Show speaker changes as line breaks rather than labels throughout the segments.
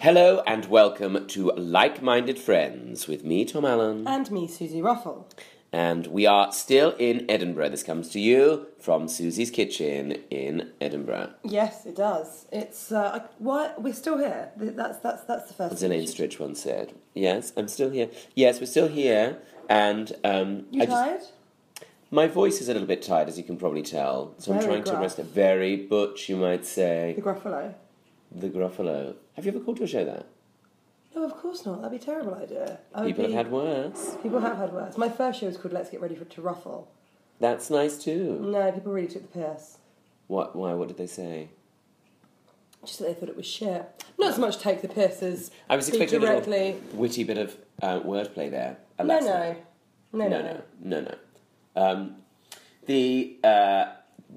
Hello and welcome to Like Minded Friends with me, Tom Allen.
And me, Susie Ruffle.
And we are still in Edinburgh. This comes to you from Susie's Kitchen in Edinburgh.
Yes, it does. It's uh, I- why we're still here. Th- That's that's that's the first.
As Elaine Stritch once said, Yes, I'm still here. Yes, we're still here. And um,
You
I just,
tired?
my voice is a little bit tired, as you can probably tell. So I'm
Very
trying to
gruff.
rest a very butch, you might
The
say.
Gruffalo.
The Gruffalo. Have you ever called your show that?
No, of course not. That'd be a terrible idea. I would
People
be-
have had worse.
People have had worse. My first show was called "Let's Get Ready for to Ruffle."
That's nice too.
No, people really took the piss.
What? Why? What did they say?
Just that they thought it was shit. Not so much take the piss as
I was
be
expecting a
directly.
little witty bit of uh, wordplay there.
No,
Alas,
no, no,
no, no, no, no. Um, the uh,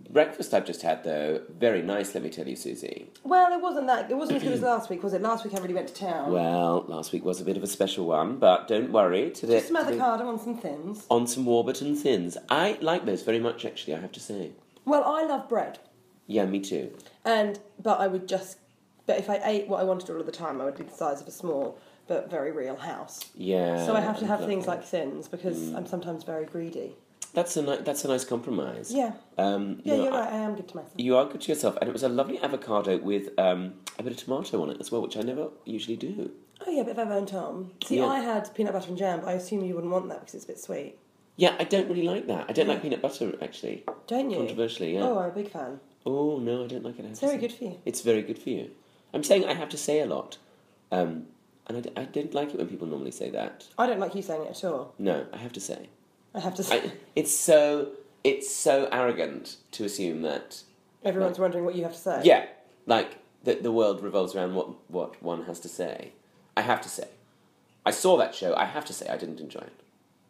breakfast I've just had, though, very nice. Let me tell you, Susie.
Well, it wasn't that. It wasn't as good as last week, was it? Last week I really went to town.
Well, last week was a bit of a special one, but don't worry. Today,
Just some
today-
avocado on some thins.
on some Warburton thins. I like those very much, actually. I have to say.
Well, I love bread.
Yeah, me too.
And but I would just but if I ate what I wanted all of the time, I would be the size of a small but very real house.
Yeah. Mm.
So I have to have things
lovely.
like thins because I'm sometimes very greedy.
that's a ni- that's a nice compromise.
Yeah.
Um,
Yeah,
no,
you're
I-
right. I am good to myself.
You are good to yourself, and it was a lovely avocado with um, a bit of tomato on it as well, which I never usually do.
Oh yeah, but Vevo and Tom. See,
Yeah.
I had peanut butter and jam, but I assume you wouldn't want that because it's a bit sweet,
Yeah, I don't really like that. I don't like peanut butter actually.
don't you?
Controversially, yeah.
Oh, I'm a big fan.
Oh no, I don't like it. I have
It's
to
very
say.
good for you.
It's very good for you. I'm saying I have to say a lot, um, and I, d- I don't like it when people normally say that.
I don't like you saying it at all.
No, I have to say.
I have to say,
I, it's so it's so arrogant to assume that.
everyone's wondering what you have to say.
Yeah, like the the world revolves around what what one has to say. I have to say. I saw that show. I have to say I didn't enjoy it.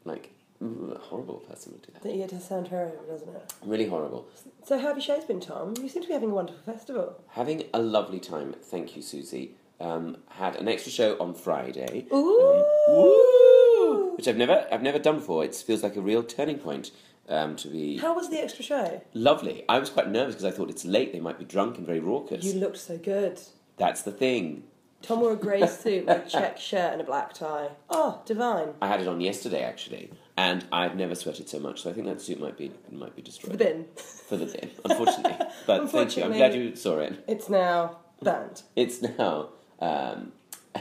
Like ooh, a horrible person would do that.
It does sound terrible, doesn't it?
Really horrible.
So how have your shows been, Tom? You seem to be having a wonderful festival.
Having a lovely time. Thank you, Susie. Um, had an extra show on Friday,
Ooh.
Woo! which I've never I've never done before. It feels like a real turning point um, to be
How was the extra show?
lovely. I was quite nervous because I thought it's late. They might be drunk and very raucous.
You looked so good.
That's the thing.
Tom wore a grey suit with a check shirt and a black tie. Oh, divine.
I had it on yesterday actually, and I've never sweated so much. So I think that suit might be might be
The
destroyed
bin.
for the bin, unfortunately. But thank you. I'm
Unfortunately.
glad you saw it.
It's now banned.
It's now um,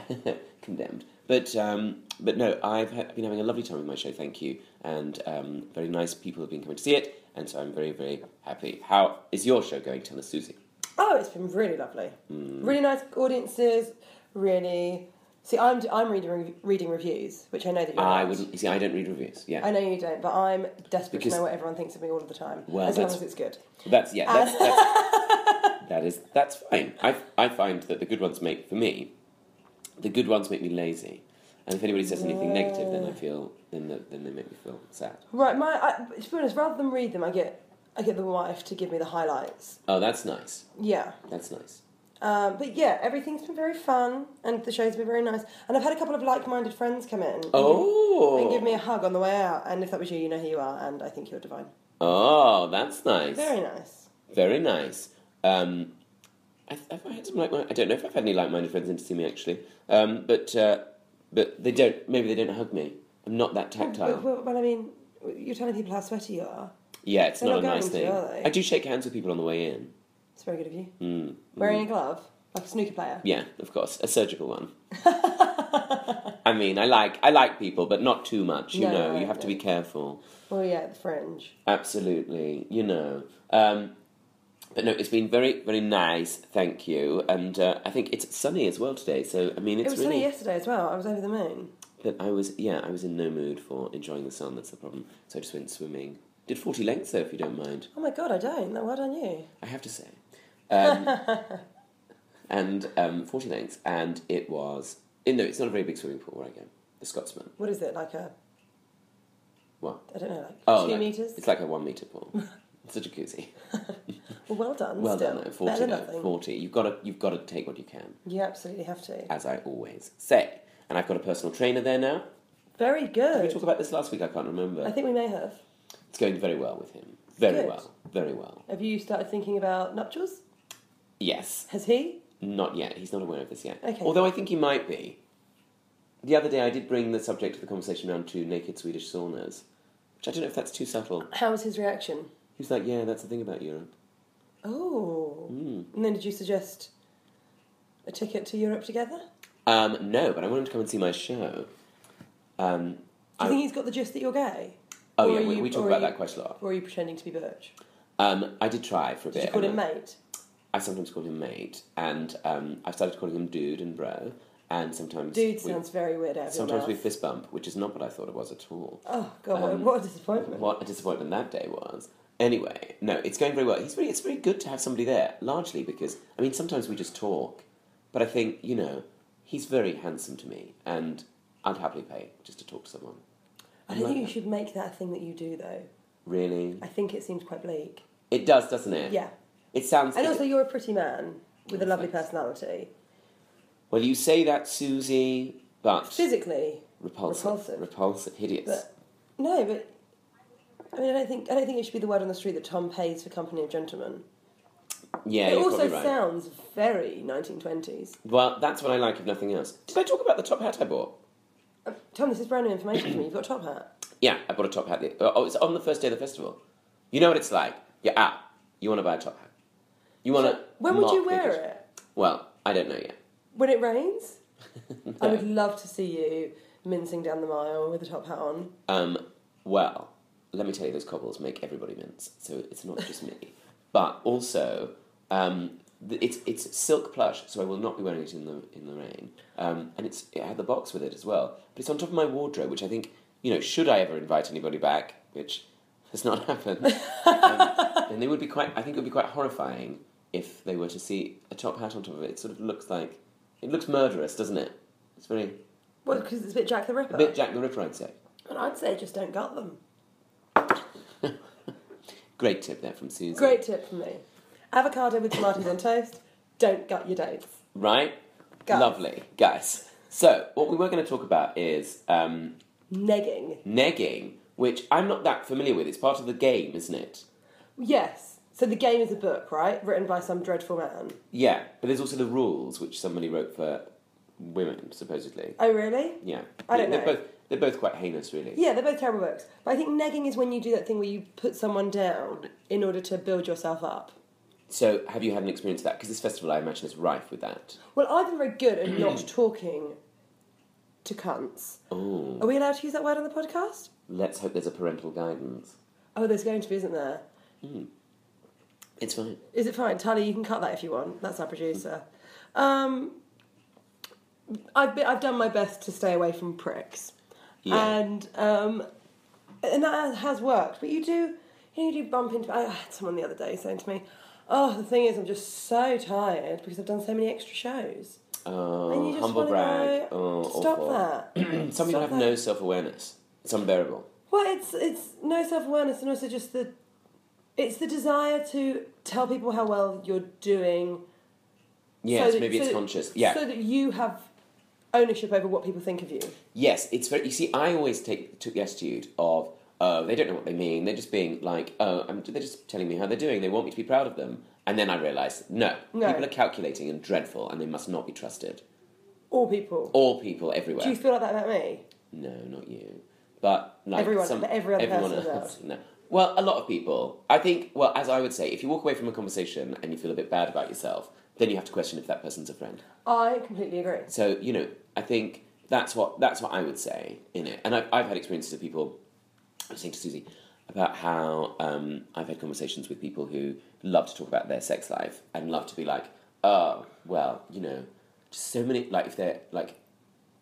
condemned. But um, but no, I've ha- been having a lovely time with my show. Thank you, and um, very nice people have been coming to see it, and so I'm very very happy. How is your show going, Tell us, Susie?
Oh, it's been really lovely.
Hmm.
Really nice audiences. Really. See, I'm, I'm reading, re- reading reviews, which I know that you're
I
not.
wouldn't. You see, I don't read reviews. Yeah,
I know you don't, but I'm desperate
Because-
to know what everyone thinks of me all of the time.
Well,
as long
that's-
as it's good.
that's yeah. That's, that's, that is that's fine. I I find that the good ones make for me. The good ones make me lazy, and if anybody says anything negative, then I feel then the, then they make me feel sad.
Right, my I, to be honest, rather than read them, I get I get the wife to give me the highlights.
Oh, that's nice.
Yeah.
That's nice.
Um, but yeah, everything's been very fun, and the show's been very nice. And I've had a couple of like-minded friends come in
Oh,
and give me a hug on the way out. And if that was you, you know who you are, and I think you're divine.
Oh, that's nice.
Very nice.
Very nice. Um, I, have I had some like I don't know if I've had any like-minded friends in to see me actually, um, but uh, but they don't. Maybe they don't hug me. I'm not that
Well,
tactile.
well, well, I mean, you're telling people how sweaty you are.
Yeah, it's
They're
not,
not
a
going
nice
to,
thing.
are they?
I do shake hands with people on the way in.
It's very good of you.
Mm.
Wearing a glove, like a snooker player.
Yeah, of course, a surgical one. I mean, I like I like people, but not too much. You
No,
know,
no,
you have to
no.
be careful.
Well, yeah, the fringe.
Absolutely, you know. Um, but no, it's been very, very nice. Thank you, and uh, I think it's sunny as well today. So I mean, it's
it was
really.
sunny yesterday as well. I was over the moon.
But I was, yeah, I was in no mood for enjoying the sun. That's the problem. So I just went swimming. Did forty lengths though, if you don't mind.
Oh my god, I don't. Well done you.
I have to say, um, and um, forty lengths, and it was. eh, No, it's not a very big swimming pool where I go. The Scotsman.
What is it like a?
What?
I don't know, like two
Oh, like-
meters.
It's like a one meter pool. it's a jacuzzi.
Well, well done.
Well
still.
done though. Forty.
Better than
though,
nothing.
Forty. You've got to. You've got to take what you can.
You absolutely have to.
as I always say. And I've got a personal trainer there now.
Very
Did
good.
we talk about this last week? I can't
I
remember.
think we may have.
It's going very well with him. Very
Good.
well. Very well.
Have you started thinking about nuptials?
Yes.
Has he?
Not yet. He's not aware of this yet.
Okay.
Although I think he might be. The other day, I did bring the subject of the conversation around to naked Swedish saunas, which I don't know if that's too subtle.
How was his reaction?
He was like, "Yeah, that's the thing about Europe."
Oh.
Mm.
And then did you suggest a ticket to Europe together?
Um, no, but I want him to come and see my show. Um,
Do you
I-
think he's got the gist that you're gay?
oh
or
yeah,
are
we,
you-
we talk
or are
about
you-
that quite a lot.
Or are you pretending to be Birch?
Um, I did try for a
Did
bit.
you call
and
him mate?
I sometimes call him mate, and um, I've started calling him dude and bro, and sometimes
Dude
we,
sounds very weird out of your
sometimes
mouth.
we fist bump, which is not what I thought it was at all.
Oh, God, what-
um,
what a disappointment.
What a disappointment that day was. Anyway, no, it's going very well. He's really, it's really good to have somebody there, largely because I mean sometimes we just talk, but I think you know he's very handsome to me, and I'd happily pay just to talk to someone.
I don't
like
think you
that.
should make that a thing that you do, though.
Really,
I think it seems quite bleak.
it does, doesn't it?
Yeah.
It sounds.
And
it-
also, you're a pretty man with a lovely
Thanks.
personality.
well, you say that, Susie, but
Physically,
repulsive,
repulsive.
repulsive, hideous.
but no, but I mean, I don't think I don't think it should be the word on the street that Tom pays for company of gentlemen.
yeah,
it
you're
also
probably right.
sounds very 1920s.
Well, that's what I like, if nothing else. Did I talk about the top hat I bought?
Uh, Tom, this is brand new information to me. You've got a top hat.
Yeah, I bought a top hat. the- Oh, it's on the first day of the festival. You know what it's like. You're out. You want to buy a top hat. You want to.
When would you wear it?
Well, I don't know yet.
When it rains? I would
No.
love to see you mincing down the mile with a top hat on.
Um, well, let me tell you, those cobbles make everybody mince, so it's not just me. But also, um, th- it's it's silk plush, so I will not be wearing it in the in the rain. Um, and it's it had the box with it as well, but it's on top of my wardrobe, which I think you know, should I ever invite anybody back, which has not happened, um, then they would be quite. I think it would be quite horrifying if they were to see a top hat on top of it. It sort of looks like it looks murderous, doesn't it? It's very
Well, because it's a bit Jack the Ripper.
a bit Jack the Ripper, I'd say.
And I'd say just don't gut them.
Great tip there from Susie.
Great tip from me. Avocado with tomatoes on toast. Don't gut your dates.
Right?
Guys.
Lovely, guys. So, what we were going to talk about is um,
Negging.
negging, which I'm not that familiar with. It's part of the game, isn't it?
Yes. So the game is a book, right? Written by some dreadful man.
Yeah, but there's also the rules, which somebody wrote for women, supposedly.
Oh, really?
Yeah.
I don't
they're
know.
Both, they're both quite heinous, really.
Yeah, they're both terrible books. But I think negging is when you do that thing where you put someone down in order to build yourself up.
So, have you had an experience of that? Because this festival, I imagine, is rife with that.
Well, I've been very good at not talking to cunts.
Oh,
Are we allowed to use that word on the podcast?
let's hope there's a parental guidance.
Oh, there's going to be, isn't there?
It's fine.
Is it fine? Tally, you can cut that if you want. That's our producer. Um, I've, been, I've done my best to stay away from pricks.
Yeah.
And um, and that has worked. But you do, you, know, you do bump into. I had someone the other day saying to me, "Oh, the thing is, I'm just so tired because I've done so many extra shows." and you
oh,
just
humble
wanna
brag.
Go,
oh,
stop
awful.
that.
Some people
Stop
have
that.
no self awareness. It's unbearable.
well, it's it's no self awareness and also just the, it's the desire to tell people how well you're doing.
Yes,
that-
maybe it's
that-
conscious. Yeah.
So that you have ownership over what people think of you.
Yes, it's very. You see, I always take took the attitude of, oh, they don't know what they mean. They're just being like, oh, I'm, they're just telling me how they're doing. They want me to be proud of them. And then I realised, no,
No.
people are calculating and dreadful, and they must not be trusted.
All people.
All people
Do
everywhere.
you feel like that about me?
no, not you, but like
Everyone-
some,
every other
everyone
person in the
else. No. Well, a lot of people. I think. Well, as I would say, if you walk away from a conversation and you feel a bit bad about yourself, then you have to question if that person's a friend.
I completely agree.
So you know, I think that's what that's what I would say in it. And I've, I've had experiences of people. I was saying to Susie about how um, I've had conversations with people who love to talk about their sex life and love to be like, oh, well, you know, just so many like if they're like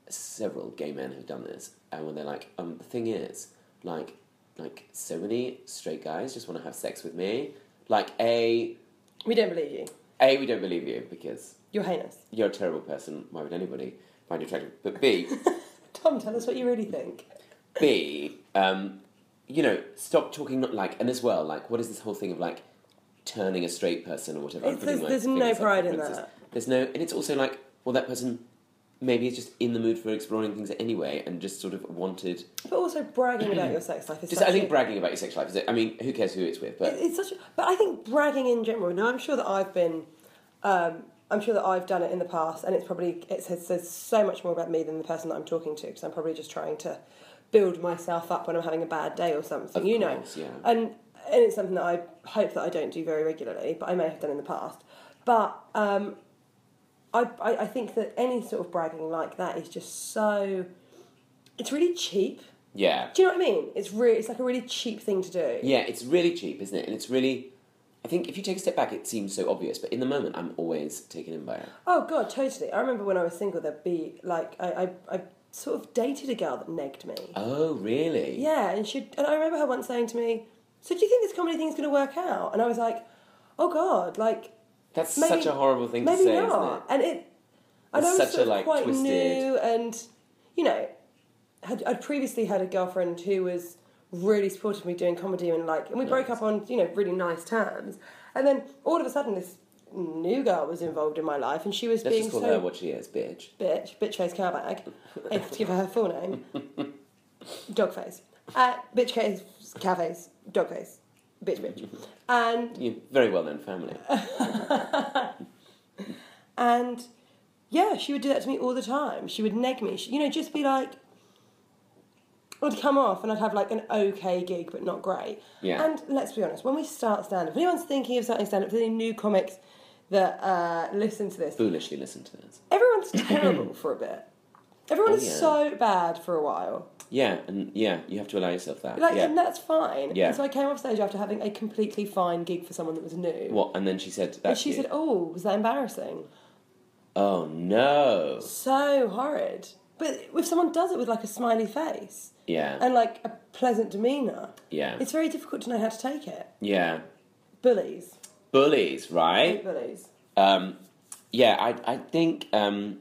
several gay men have done this, and when they're like, um, the thing is, like, like so many straight guys just want to have sex with me. Like a
We don't believe you.
a we don't believe you because
You're heinous.
you're a terrible person. Why would anybody find you attractive? But B,
Tom, tell us what you really think.
B, um, you know, stop talking not like, and as well, like, what is this whole thing of like turning a straight person or whatever? I'm
It's-
putting
there's-
my fingers
there's no
up
pride
for
in
instance.
that.
There's no, and it's also like, well, that person maybe is just in the mood for exploring things anyway, and just sort of wanted.
But also bragging about your sex life is
Just,
such
I think
a-
bragging about your sex life is. It, I mean, who cares who it's with? But
it- it's such a, but I think bragging in general. Now I'm sure that I've been um, I'm sure that I've done it in the past, and it's probably it says, says so much more about me than the person that I'm talking to because I'm probably just trying to build myself up when I'm having a bad day or something,
Of
you
course,
know.
yeah.
And and it's something that I hope that I don't do very regularly, but I may have done in the past. But um, I, I I think that any sort of bragging like that is just so it's really cheap.
Yeah.
Do you know what I mean? It's really it's like a really cheap thing to do.
Yeah, it's really cheap, isn't it? And it's really, I think if you take a step back, it seems so obvious, but in the moment, I'm always taken in by it.
Oh god, totally. I remember when I was single, there'd be like I, I, I sort of dated a girl that negged me.
Oh, really?
Yeah, and she and I remember her once saying to me, "So do you think this comedy thing's going to work out?" And I was like, "Oh god, like
That's
Maybe-
such a horrible thing to
maybe
say,
not."
isn't it?
And it, I
It's
know
such
it's sort
a,
of
like,
quite
twisted-
new, and you know, had, I'd previously had a girlfriend who was really supportive of me doing comedy and like, and we broke up on you know really nice terms, and then all of a sudden this new girl was involved in my life, and she was
Let's
being
just call
so
her what she is, bitch.
bitch, bitch face cowbag. I have to give her her full name. Dog face. Uh, bitch face, cow face, dog face, bitch bitch. And
You very well known family.
and yeah, she would do that to me all the time. She would neg me. She, you know, just be like, would come off, and I'd have like an okay gig, but not great.
Yeah.
And let's be honest, when we start stand up, if anyone's thinking of starting stand up, any new comics that uh, listen to this,
Foolishly listen to this.
everyone's terrible for a bit. Everyone
Oh,
is
yeah.
so bad for a while.
Yeah, and yeah, you have to allow yourself that.
Like,
yeah.
and that's fine.
Yeah.
And so I came off stage after having a completely fine gig for someone that was new.
What? And then she said that.
and she said, Oh, was that embarrassing?
"Oh no."
So horrid. But if someone does it with like a smiley face
Yeah.
and like a pleasant demeanour,
yeah.
it's very difficult to know how to take it.
yeah.
Bullies.
Bullies, right?
Hate bullies.
Um, yeah, I, I think um,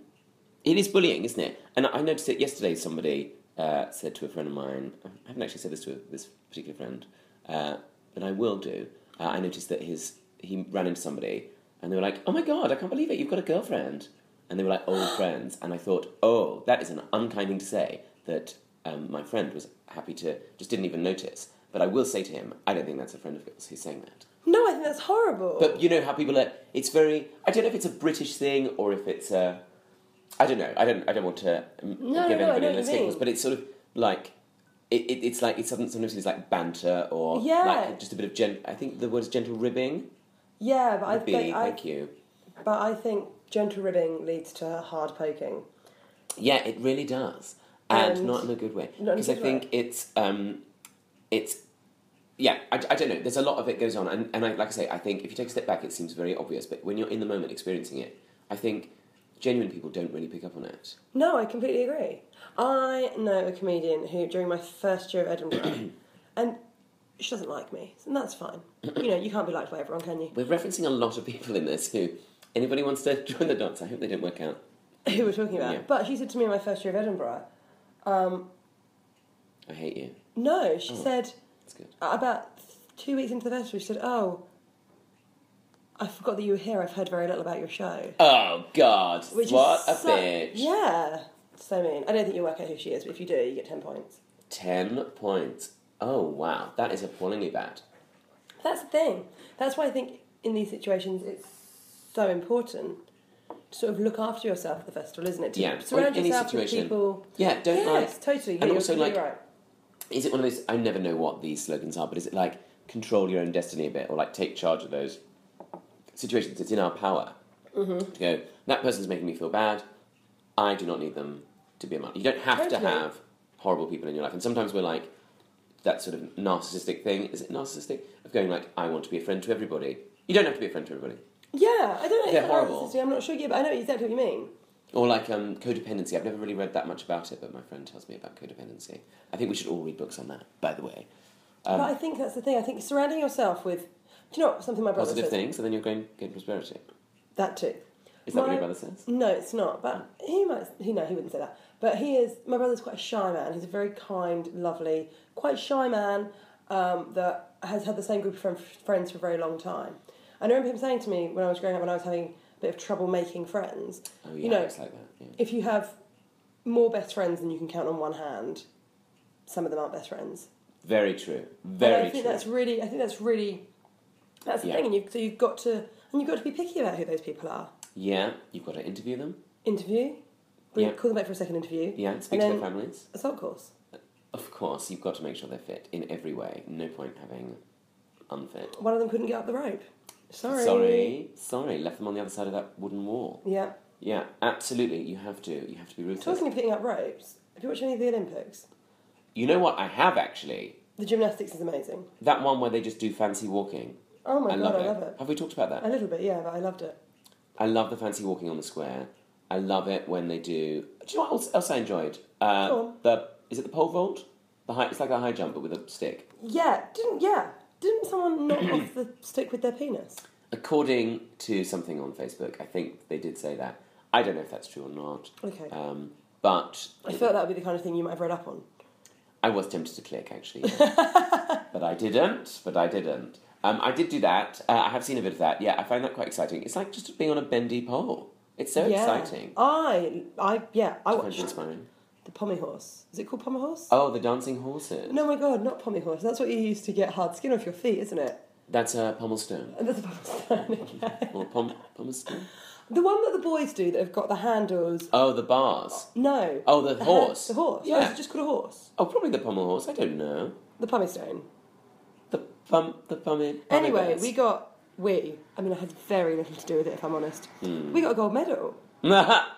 it is bullying, isn't it? And I noticed it yesterday. Somebody uh, said to a friend of mine, I haven't actually said this to this particular friend, uh, but I will do. Uh, I noticed that his he ran into somebody, and they were like, "Oh my god, I can't believe it! You've got a girlfriend!" And they were like old friends, and I thought, "Oh, that is an unkind thing to say." That um, my friend was happy to just didn't even notice. But I will say to him, I don't think that's a friend of yours who's saying that.
No, I think that's horrible.
But you know how people are. It's very. I don't know if it's a British thing or if it's a. I don't know. I don't. I don't want to um,
No,
give
no, no, I
anybody
know what
those
you
signals,
mean.
but it's sort of like. It, it, it's like it's something- sometimes it's like banter or
Yeah.
like just a bit of gen. I think the word is gentle ribbing.
yeah, but I
Would be,
think I,
thank you.
but I think gentle ribbing leads to hard poking.
Yeah, it really does, and,
And-
not in a good way.
Not in a
Because I
good
think it's um, it's yeah. I, I don't know. There's a lot of it goes on, and and I, like I say, I think if you take a step back, it seems very obvious. But when you're in the moment experiencing it, I think genuine people don't really pick up on it.
No, I completely agree. I know a comedian who, during my first year of Edinburgh, and she doesn't like me, and that's fine. You know, you can't be liked by everyone, can you?
We're referencing a lot of people in this who. Anybody wants to join the dance? I hope they don't work out.
Who we're talking about.
Yeah.
But she said to me in my first year of Edinburgh,
I hate you.
no, she
Mm.
said,
That's good.
about two weeks into the festival, she said, oh, I forgot that you were here, I've heard very little about your show.
Oh God!
Which
what
is
a
so-
bitch!
Yeah, so mean. I don't think you'll work out who she is, but if you do, you get 10 points.
Ten points. Oh wow, that is appallingly bad.
That's the thing. That's why I think in these situations it's so important to sort of look after yourself at the festival, isn't it? To
Yeah,
surround
or any
yourself
situation.
with people.
Yeah, don't like
yes, totally.
and
you're
also,
completely
like,
right.
Is it one of those? I never know what these slogans are, but is it like control your own destiny a bit, or like take charge of those situations? It's in our power to go. That person's making me feel bad. I do not need them to be a martyr. You don't have to
Totally.
have horrible people in your life, and sometimes we're like that sort of narcissistic thing. Is it narcissistic of going like I want to be a friend to everybody? You don't have to be a friend to everybody.
Yeah, I don't know.
They're
if that
horrible.
answers you, I'm not sure. Yeah, but I know exactly what you mean.
Or like um, codependency. I've never really read that much about it, but my friend tells me about codependency. I think we should all read books on that. By the way, Um,
but I think that's the thing. I think surrounding yourself with. Do you know what? Something my brother
positive
says.
things, and then you're going gain prosperity.
That too.
Is that what
My-
your brother says?
No, it's not. But he might. He no, he wouldn't say that. But he is. My brother's quite a shy man. He's a very kind, lovely, quite shy man um, that has had the same group of friend, friends for a very long time. And I remember him saying to me when I was growing up, when I was having a bit of trouble making friends.
Oh yeah,
you know,
it's like that. Yeah.
if you have more best friends than you can count on one hand, some of them aren't best friends.
Very true.
And
Very
I think
true.
that's really. I think that's really. That's the
Yeah.
thing, and you've, so you've got to. And you've got to be picky about who those people are.
Yeah, you've got to interview them.
Interview. We
Yeah.
Call them back for a second interview.
Yeah, speak
And
to
then-
their families.
Assault course.
Of course, you've got to make sure they're fit in every way. No point having unfit.
One of them couldn't get up the rope. Sorry.
sorry, sorry, left them on the other side of that wooden wall.
Yeah.
Yeah, absolutely. You have to. You have to be ruthless.
Talking of putting up ropes, have you watched any of the Olympics?
You know what? I have actually
The gymnastics is amazing.
that one where they just do fancy walking.
Oh my
I
god,
love
I
it.
love it.
Have we talked about that?
A little bit, yeah, but I loved it.
I love the fancy walking on the square. I love it when they do. Do you know what else, else I enjoyed? Uh,
Go on.
The is it the pole vault? The high, it's like a high jump but with a stick.
Yeah, didn't yeah. Didn't someone knock off the stick with their penis?
According to something on Facebook, I think they did say that. I don't know if that's true or not.
Okay.
Um, but
I felt that would be the kind of thing you might have read up on.
I was tempted to click actually, but I didn't. But I didn't. Um, I did do that. Uh, I have seen a bit of that. Yeah, I find that quite exciting. It's like just being on a bendy pole. It's so
yeah. Oh,
exciting.
I I yeah, I
Kind of
watched
inspiring.
the pommy horse. Is it called pommy horse?
Oh, the dancing horses.
No my god, not pommy horse. That's what you use to get hard skin off your feet, isn't it?
That's a pommel stone.
And that's a pommel stone, okay.
Or pom- pommel stone.
The one that the boys do that have got the handles.
Oh, the bars.
No.
Oh, the
hand-
horse.
Uh-huh, the horse. Yeah.
Yeah.
it's just called a horse.
Oh, probably the pommel horse. I don't know.
The pommy stone.
The pum, the pummy. pummy
Anyway,
bears.
we got we. I mean, I had very little to do with it, if I'm honest. We got a gold medal.
Hmm.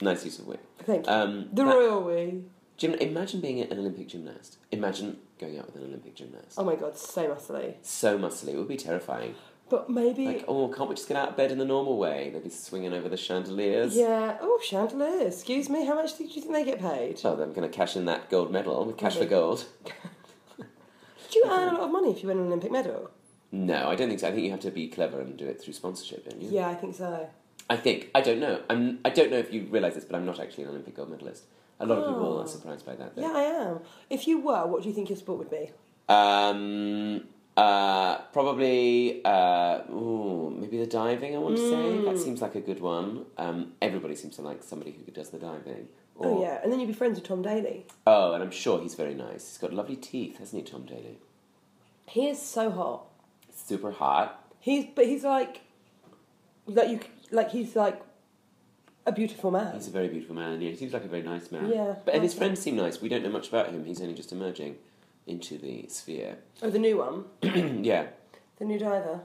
nice use of wit.
Thank you.
Um,
the
that-
royal we.
Gym- imagine being an Olympic gymnast. Imagine going out with an Olympic gymnast.
Oh my god, so muscly.
So muscly, it would be terrifying.
But maybe,
Like, oh, can't we just get out of bed in the normal way? They'd be swinging over the chandeliers.
yeah. Oh, chandelier. Excuse me. How much do you think they get paid?
Oh, I'm going to cash in that gold medal with cash for
Maybe.
gold.
Do you earn a lot of money if you win an Olympic medal?
No, I don't think so. I think you have to be clever and do it through sponsorship, don't you?
Yeah, I think so.
I think I don't know. I'm I don't know if you realise this, but I'm not actually an Olympic gold medalist. A lot of people
Oh.
are surprised by that. Though.
Yeah, I am. If you were, what do you think your sport would be?
Um. Uh. Probably. Uh. Ooh, maybe the diving. I want to say
Hmm.
that seems like a good one. Um. Everybody seems to like somebody who does the diving. Or,
Oh yeah, and then you'd be friends with Tom Daly.
Oh, and I'm sure he's very nice. He's got lovely teeth, hasn't he, Tom Daly?
He is so hot.
Super hot.
He's but he's like, like you, like he's like a beautiful man.
He's a very beautiful man. Yeah, he seems like a very nice man.
Yeah,
But and his
okay.
friends seem nice. We don't know much about him. He's only just emerging into the sphere.
Oh, the new one,
yeah.
the new diver.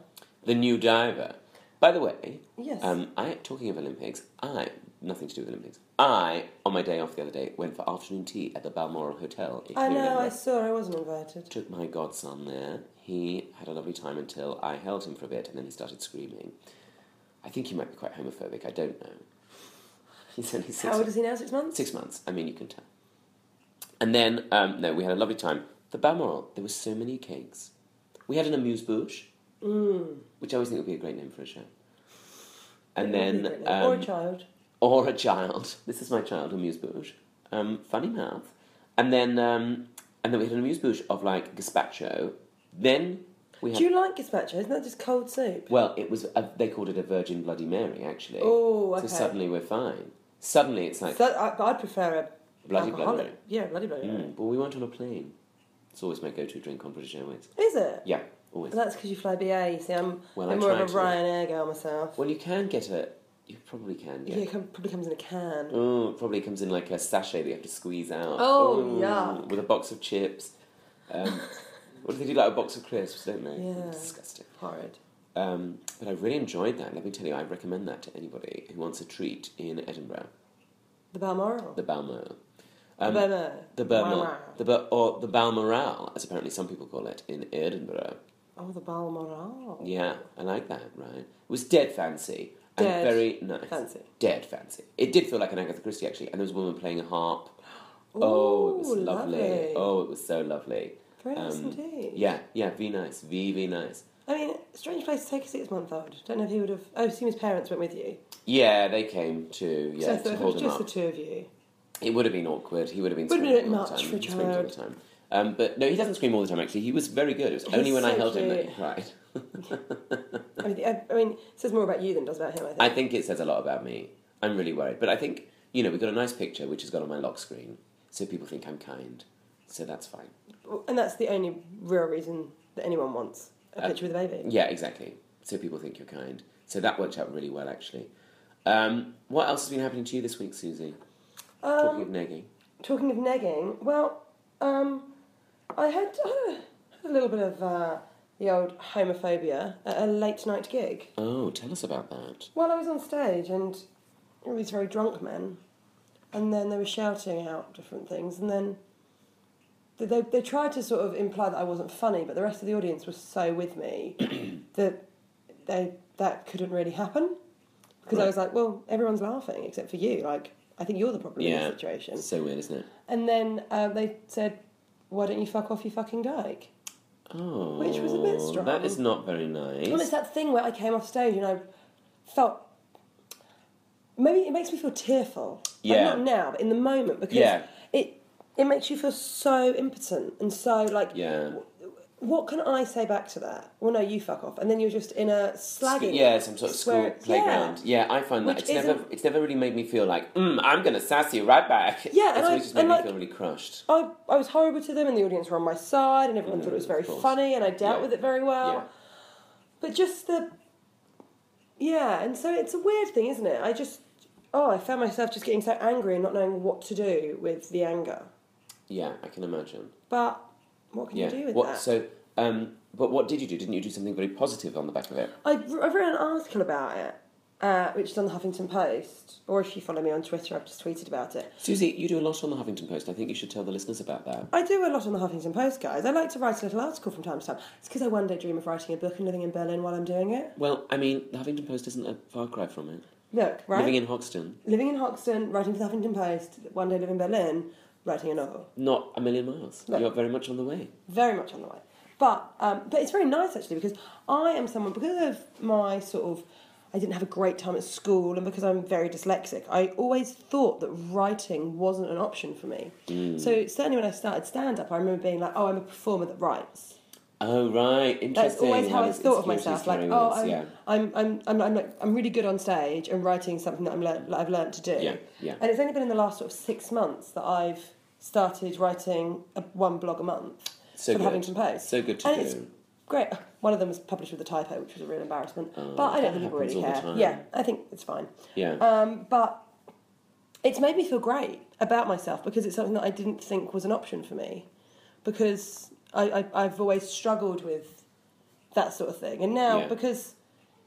The new diver. By the way,
Yes.
Um, I talking of Olympics, I nothing to do with Olympics. I on my day off the other day went for afternoon tea at the Balmoral Hotel. in
I know. I
Clearwater.
saw. I wasn't invited.
took my godson there. He had a lovely time until I held him for a bit, and then he started screaming. I think he might be quite homophobic. I don't know. He's only six.
How old is he now? Six months.
Six months. I mean, you can tell. And then, um, no, we had a lovely time. The Balmoral, there were so many cakes. We had an amuse-bouche,
Mm.
which I always think would be a great name for a show. And then,
or a
um,
child.
or a child. This is my child, amuse-bouche. Um, funny mouth. And then, um, and then we had an amuse-bouche of like gazpacho. Then we had.
Do you like gazpacho? Isn't that just cold soup?
Well, it was a, they called it a Virgin Bloody Mary, actually.
Oh, okay.
So suddenly we're fine. Suddenly it's like
So I, I'd prefer a
Bloody
alcoholic.
Bloody Mary.
Yeah, bloody bloody. Mary.
Mm, but we weren't on a plane. It's always my go-to drink on British Airways.
Is it?
Yeah, always.
Well, that's because you fly BA. See, I'm
Well,
I'm
I
more of a
try to.
Ryanair girl myself.
Well, you can get a. You probably can
yeah,
get.
it come, probably comes in a can.
Oh, it probably comes in like a sachet that you have to squeeze out.
Oh,
Ooh,
yuck.
With a box of chips. Um, what do they do? Like a box of crisps, don't they?
Yeah.
Disgusting.
Horrid.
Um, but I really enjoyed that. Let me tell you, I recommend that to anybody who wants a treat in Edinburgh,
The Balmoral.
the Balmoral.
The
Um,
Balmoral.
the Balmoral. The Ba- or the Balmoral, as apparently some people call it in Edinburgh.
Oh, the Balmoral.
Yeah, I like that, right? It was dead fancy and
Dead
very nice.
fancy.
Dead fancy. It did feel like an Agatha Christie, actually, and there was a woman playing a harp. oh, it was
Ooh,
lovely. Oh, it was so lovely.
Very nice
Um,
indeed.
Yeah, yeah, V nice, V, V nice.
I mean, strange place to take a six-month-old. Don't know if he would have. I assume his parents went with you.
Yeah, they came to
so I
yeah
thought
to
if it was
hold him
just
up.
the two of you.
It would have been awkward. He would have been
Would have
screaming
been a bit
all
much
the time.
for a
he screamed all
child.
the time. Um, but no, he doesn't scream all the time. Actually, he was very good. It was only when I
so
held him that
cute.
he cried.
I mean, I, I mean, it says more about you than it does about him. I think.
I think it says a lot about me. I'm really worried. But I think, you know, we got a nice picture which has got on my lock screen, so people think I'm kind. So that's fine.
and that's the only real reason that anyone wants a
Uh,
picture with a baby.
Yeah, exactly. so people think you're kind. So that worked out really well, actually. Um, what else has been happening to you this week, Susie? Talking
Um,
of negging.
Talking of negging, well, um, I had, uh, had a little bit of uh, the old homophobia at a late night gig.
Oh, tell us about that.
Well, I was on stage and all these very drunk men, and then they were shouting out different things, and then they, they, they tried to sort of imply that I wasn't funny, but the rest of the audience was so with me that they that couldn't really happen because I
Right.
was like, well, everyone's laughing except for you. Like, I think you're the problem in
Yeah.
this situation.
It's so weird, isn't it?
And then um, they said, "Why don't you fuck off, you fucking dyke?"
Oh,
Which was a bit strong.
That is not very nice.
Well, it's that thing where I came off stage and I felt maybe it makes me feel tearful. Like,
Yeah.
not now, but in the moment because
Yeah.
it it makes you feel so impotent and so like
Yeah.
What can I say back to that? Well, no, you fuck off, and then you're just in a slagging.
yeah, some sort of school
swear-
playground. Yeah, I find that
Which
it's never
isn't-
it's never really made me feel like mm, I'm gonna sass you right back.
Yeah,
it's
and I-
always just made
and
me
like-
feel really crushed.
I, I was horrible to them, and the audience were on my side, and everyone thought it was
Mm, of
very
course.
funny, and I dealt
Yeah.
with it very well.
yeah,
But just the yeah, and so it's a weird thing, isn't it? I just oh, I found myself just getting so angry and not knowing what to do with the anger.
yeah, I can imagine.
But what can
Yeah,
you do with
what
that?
so? Um, but what did you do? Didn't you do something very positive on the back of it?
I, I read an article about it, uh, which is on the Huffington Post, or if you follow me on Twitter, I've just tweeted about it.
Susie, you do a lot on the Huffington Post. I think you should tell the listeners about that.
I do a lot on the Huffington Post, guys. I like to write a little article from time to time. It's because I one day dream of writing a book and living in Berlin while I'm doing it.
Well, I mean, the Huffington Post isn't a far cry from it.
Look, right?
Living in Hoxton,
living in Hoxton, writing for the Huffington Post, one day living in Berlin, writing a novel.
not a million miles.
No.
You're very much on the way.
very much on the way. But um, but it's very nice actually because I am someone because of my sort of I didn't have a great time at school and because I'm very dyslexic, I always thought that writing wasn't an option for me.
Mm.
So certainly when I started stand up, I remember being like, oh, I'm a performer that writes.
Oh right, interesting.
That's always how I
this
thought of
insecurity is
myself. Like,
carrying
oh,
us,
I'm,
yeah.
I'm, I'm, I'm, I'm, like, I'm really good on stage and writing something that I'm lear- that I've learned to do.
Yeah, yeah.
And it's only been in the last sort of six months that I've started writing a, one blog a month
So
for the
good.
Huffington Post.
So good to
and It's
do.
great. One of them was published with a typo, which was a real embarrassment. but I don't
that
think people
Oh, happens
really
all the
care.
time.
Yeah, I think it's fine.
Yeah.
Um, but it's made me feel great about myself because it's something that I didn't think was an option for me. Because I, I, I've always struggled with that sort of thing. And now,
Yeah.
because,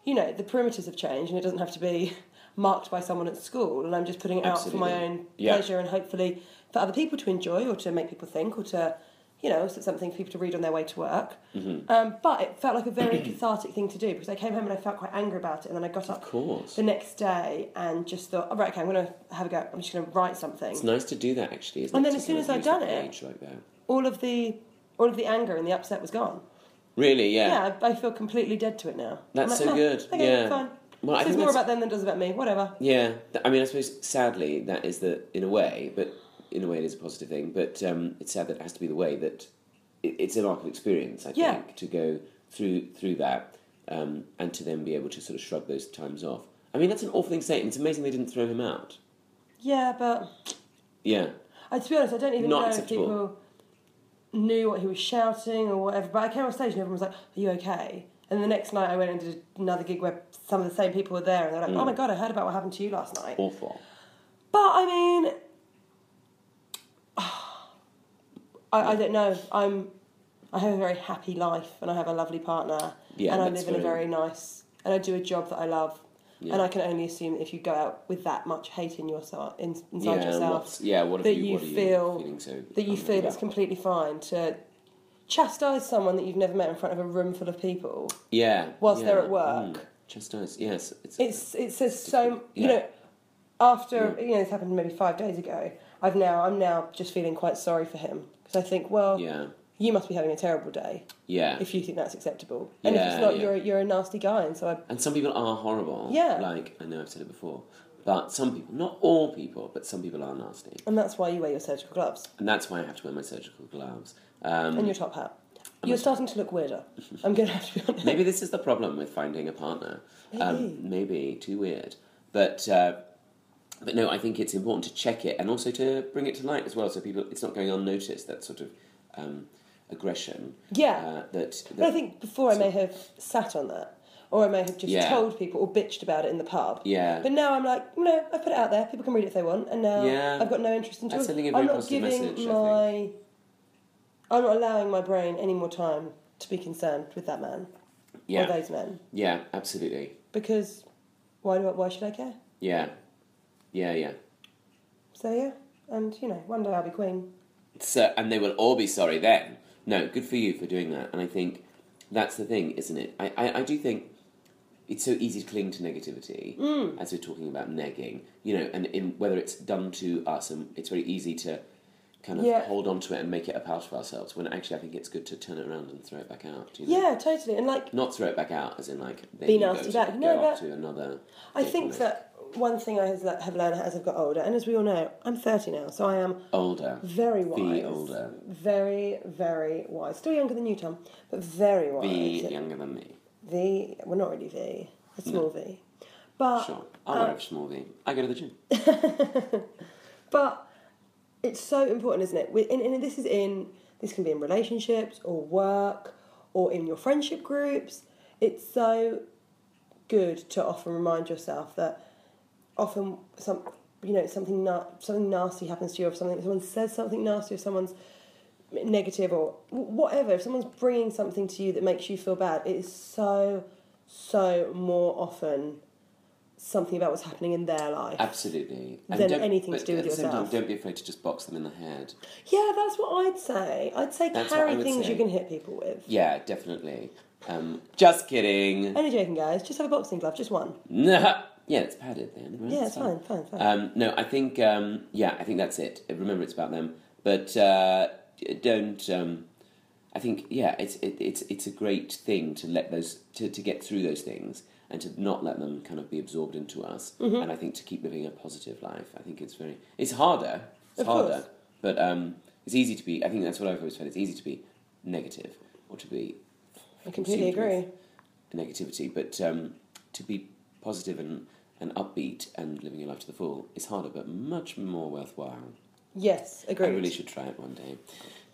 you know, the perimeters have changed and it doesn't have to be marked by someone at school, and I'm just putting it out for my
Absolutely.
own
Yeah.
pleasure and hopefully for other people to enjoy or to make people think or to, you know, so it's something for people to read on their way to work.
Mm-hmm.
Um, but it felt like a very cathartic thing to do because I came home and I felt quite angry about it, and then I got up
of course.
the next day and just thought, all right, okay, I'm going to have a go. I'm just going to write something.
It's nice to do that actually. Isn't
And
it?
then
To
as soon
kind
as
of
I'd
lose
done
the
it-
page like that.
All of the all of the anger and the upset was gone.
Really? Yeah.
Yeah, I, I feel completely dead to it now.
That's
I'm "Ah,
so good.
Okay,
Yeah.
fine.
Well, I
Says
think
more
that's-
about them than it does about me. Whatever.
Yeah. Th- I mean, I suppose sadly that is the in a way, but in a way it is a positive thing. But um, it's sad that it has to be the way that it, it's a mark of experience. I
Yeah.
think to go through through that um, and to then be able to sort of shrug those times off. I mean, that's an awful thing to say, and it's amazing they didn't throw him out.
Yeah, but
Yeah.
I, to be honest, I don't even
Not
know
acceptable.
if people knew what he was shouting or whatever. But I came on stage and everyone was like, "Are you okay?" And the next night, I went and did another gig where some of the same people were there, and they're
Mm.
like, "Oh my god, I heard about what happened to you last night."
Awful.
But I mean, I, I don't know. I'm I have a very happy life, and I have a lovely partner,
Yeah,
and I
that's
live in a
very-
very nice, and I do a job that I love.
Yeah.
And I can only assume that if you go out with that much hate in your si- in,
Yeah.
inside yourself,
what's- yeah. What have
that
you,
you
what are
feel-
you feeling so
that you feel
unhappy
it's
about?
completely fine to chastise someone that you've never met in front of a room full of people.
yeah
whilst
yeah.
they're at work.
Mm. Chastise. Yes.
It's it says so. You
Yeah.
know, after you know this happened maybe five days ago. I've now I'm now just feeling quite sorry for him because I think well
yeah.
you must be having a terrible day
Yeah.
if you think that's acceptable and if
Yeah,
it's not
yeah.
you're you're a nasty guy and so I
And some people are horrible.
Yeah.
Like, I know I've said it before. But some people, not all people, but some people are nasty.
and that's why you wear your surgical gloves
And that's why I have to wear my surgical gloves. Um,
and your top hat.
Mm.
You're starting to look weirder. I'm gonna have to be honest.
maybe this is the problem with finding a partner.
Maybe.
Um, maybe. Too weird. But, uh, but no, I think it's important to check it and also to bring it to light as well so people, it's not going unnoticed, that sort of um, aggression.
Yeah.
Uh, that,
But I
that
think before I may have sat on that, or I may have just
Yeah.
told people or bitched about it in the pub.
Yeah.
But now I'm like, you know, I put it out there. People can read it if they want, and now
Yeah.
I've got no interest in
That's
talking.
sending a very
I'm not
positive
giving
message, I think.
my, I'm not allowing my brain any more time to be concerned with that man
yeah,
or those men
yeah, absolutely.
because why do I, why should I care?
Yeah, yeah, yeah.
So yeah, and you know, one day I'll be queen.
So, and they will all be sorry then. No, good for you for doing that. And I think that's the thing, isn't it? I, I, I do think it's so easy to cling to negativity
Mm.
as we're talking about negging, you know, and in, whether it's done to us, and it's very easy to kind of
Yeah.
hold on to it and make it a part of ourselves. When actually, I think it's good to turn it around and throw it back out. You know?
Yeah, totally. And like,
Not throw it back out, as in like then
Be
you go
nasty
to-
back.
Go
No,
off
but
to another.
I
date
think
with
that one thing I has, have learned as I've got older, and as we all know, I'm 30 now, so I am
older,
very wise.
be older,
Very, very wise. Still younger than you, Tom, but very wise.
be younger than me.
The well, not really V, a small V, but
Sure, I
uh,
wear a small V. I go to the gym.
but it's so important, isn't it? We- And, and this is in this can be in relationships or work or in your friendship groups. It's so good to often remind yourself that often some you know something na- something nasty happens to you or if something someone says something nasty or someone's negative or wh- whatever if someone's bringing something to you that makes you feel bad it is so so more often something about what's happening in their life
Absolutely.
Than
don't-
anything to
but
do with
at the same
yourself.
Time, don't be afraid to just box them in the head.
Yeah, that's what I'd say. I'd say
That's what I
carry
would
things
say.
you can hit people with.
Yeah, definitely. Um, just kidding.
Only joking, guys. Just have a boxing glove, just one.
yeah, it's padded then. right?
Yeah,
It's
it's fine, fine, fine.
Um, no, I think um, yeah, I think that's it. Remember, it's about them, but uh, d- don't. Um, I think yeah, it's it, it's it's a great thing to let those to, to get through those things and to not let them kind of be absorbed into us.
Mm-hmm.
And I think to keep living a positive life, I think it's very it's harder. It's
Of
harder,
course.
but um, it's easy to be. I think that's what I've always found. It's easy to be negative or to be.
I completely
consumed with
agree.
negativity, but um, to be positive and, and upbeat and living your life to the full is harder, but much more worthwhile.
Yes, agreed.
I really should try it one day.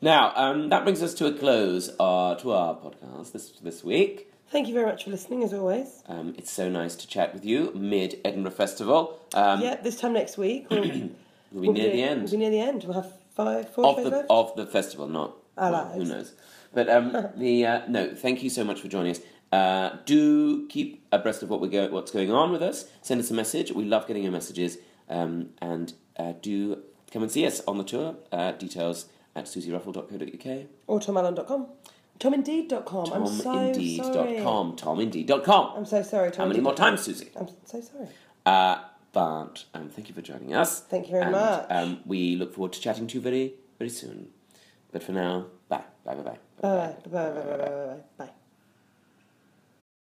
Now, um, that brings us to a close uh, to our podcast this, this week.
Thank you very much for listening, as always.
Um, it's so nice to chat with you mid Edinburgh Festival. Um,
yeah, this time next week we'll,
We'll be
we'll
near the
doing-
end
We'll be near the end. We'll have five, four
of
shows
the
left.
of the festival, not
Our
well, who
lives.
knows. But um, the uh, no, thank you so much for joining us. Uh, do keep abreast of what we go, what's going on with us. Send us a message. We love getting your messages, um, and uh, do come and see us on the tour. Uh, details at susieruffle.co.uk.
or tomallen.com. Tomindeed.com. Oh, I'm so sorry.
Tomindeed.com. Tomindeed.com.
I'm so sorry, Tom.
How many more times, Susie?
I'm so sorry.
Uh, but um, thank you for joining us.
Thank you very
and,
much.
Um, we look forward to chatting to you very, very soon. But for now, bye. Bye bye bye.
Bye bye. Bye bye. Bye bye. bye, bye.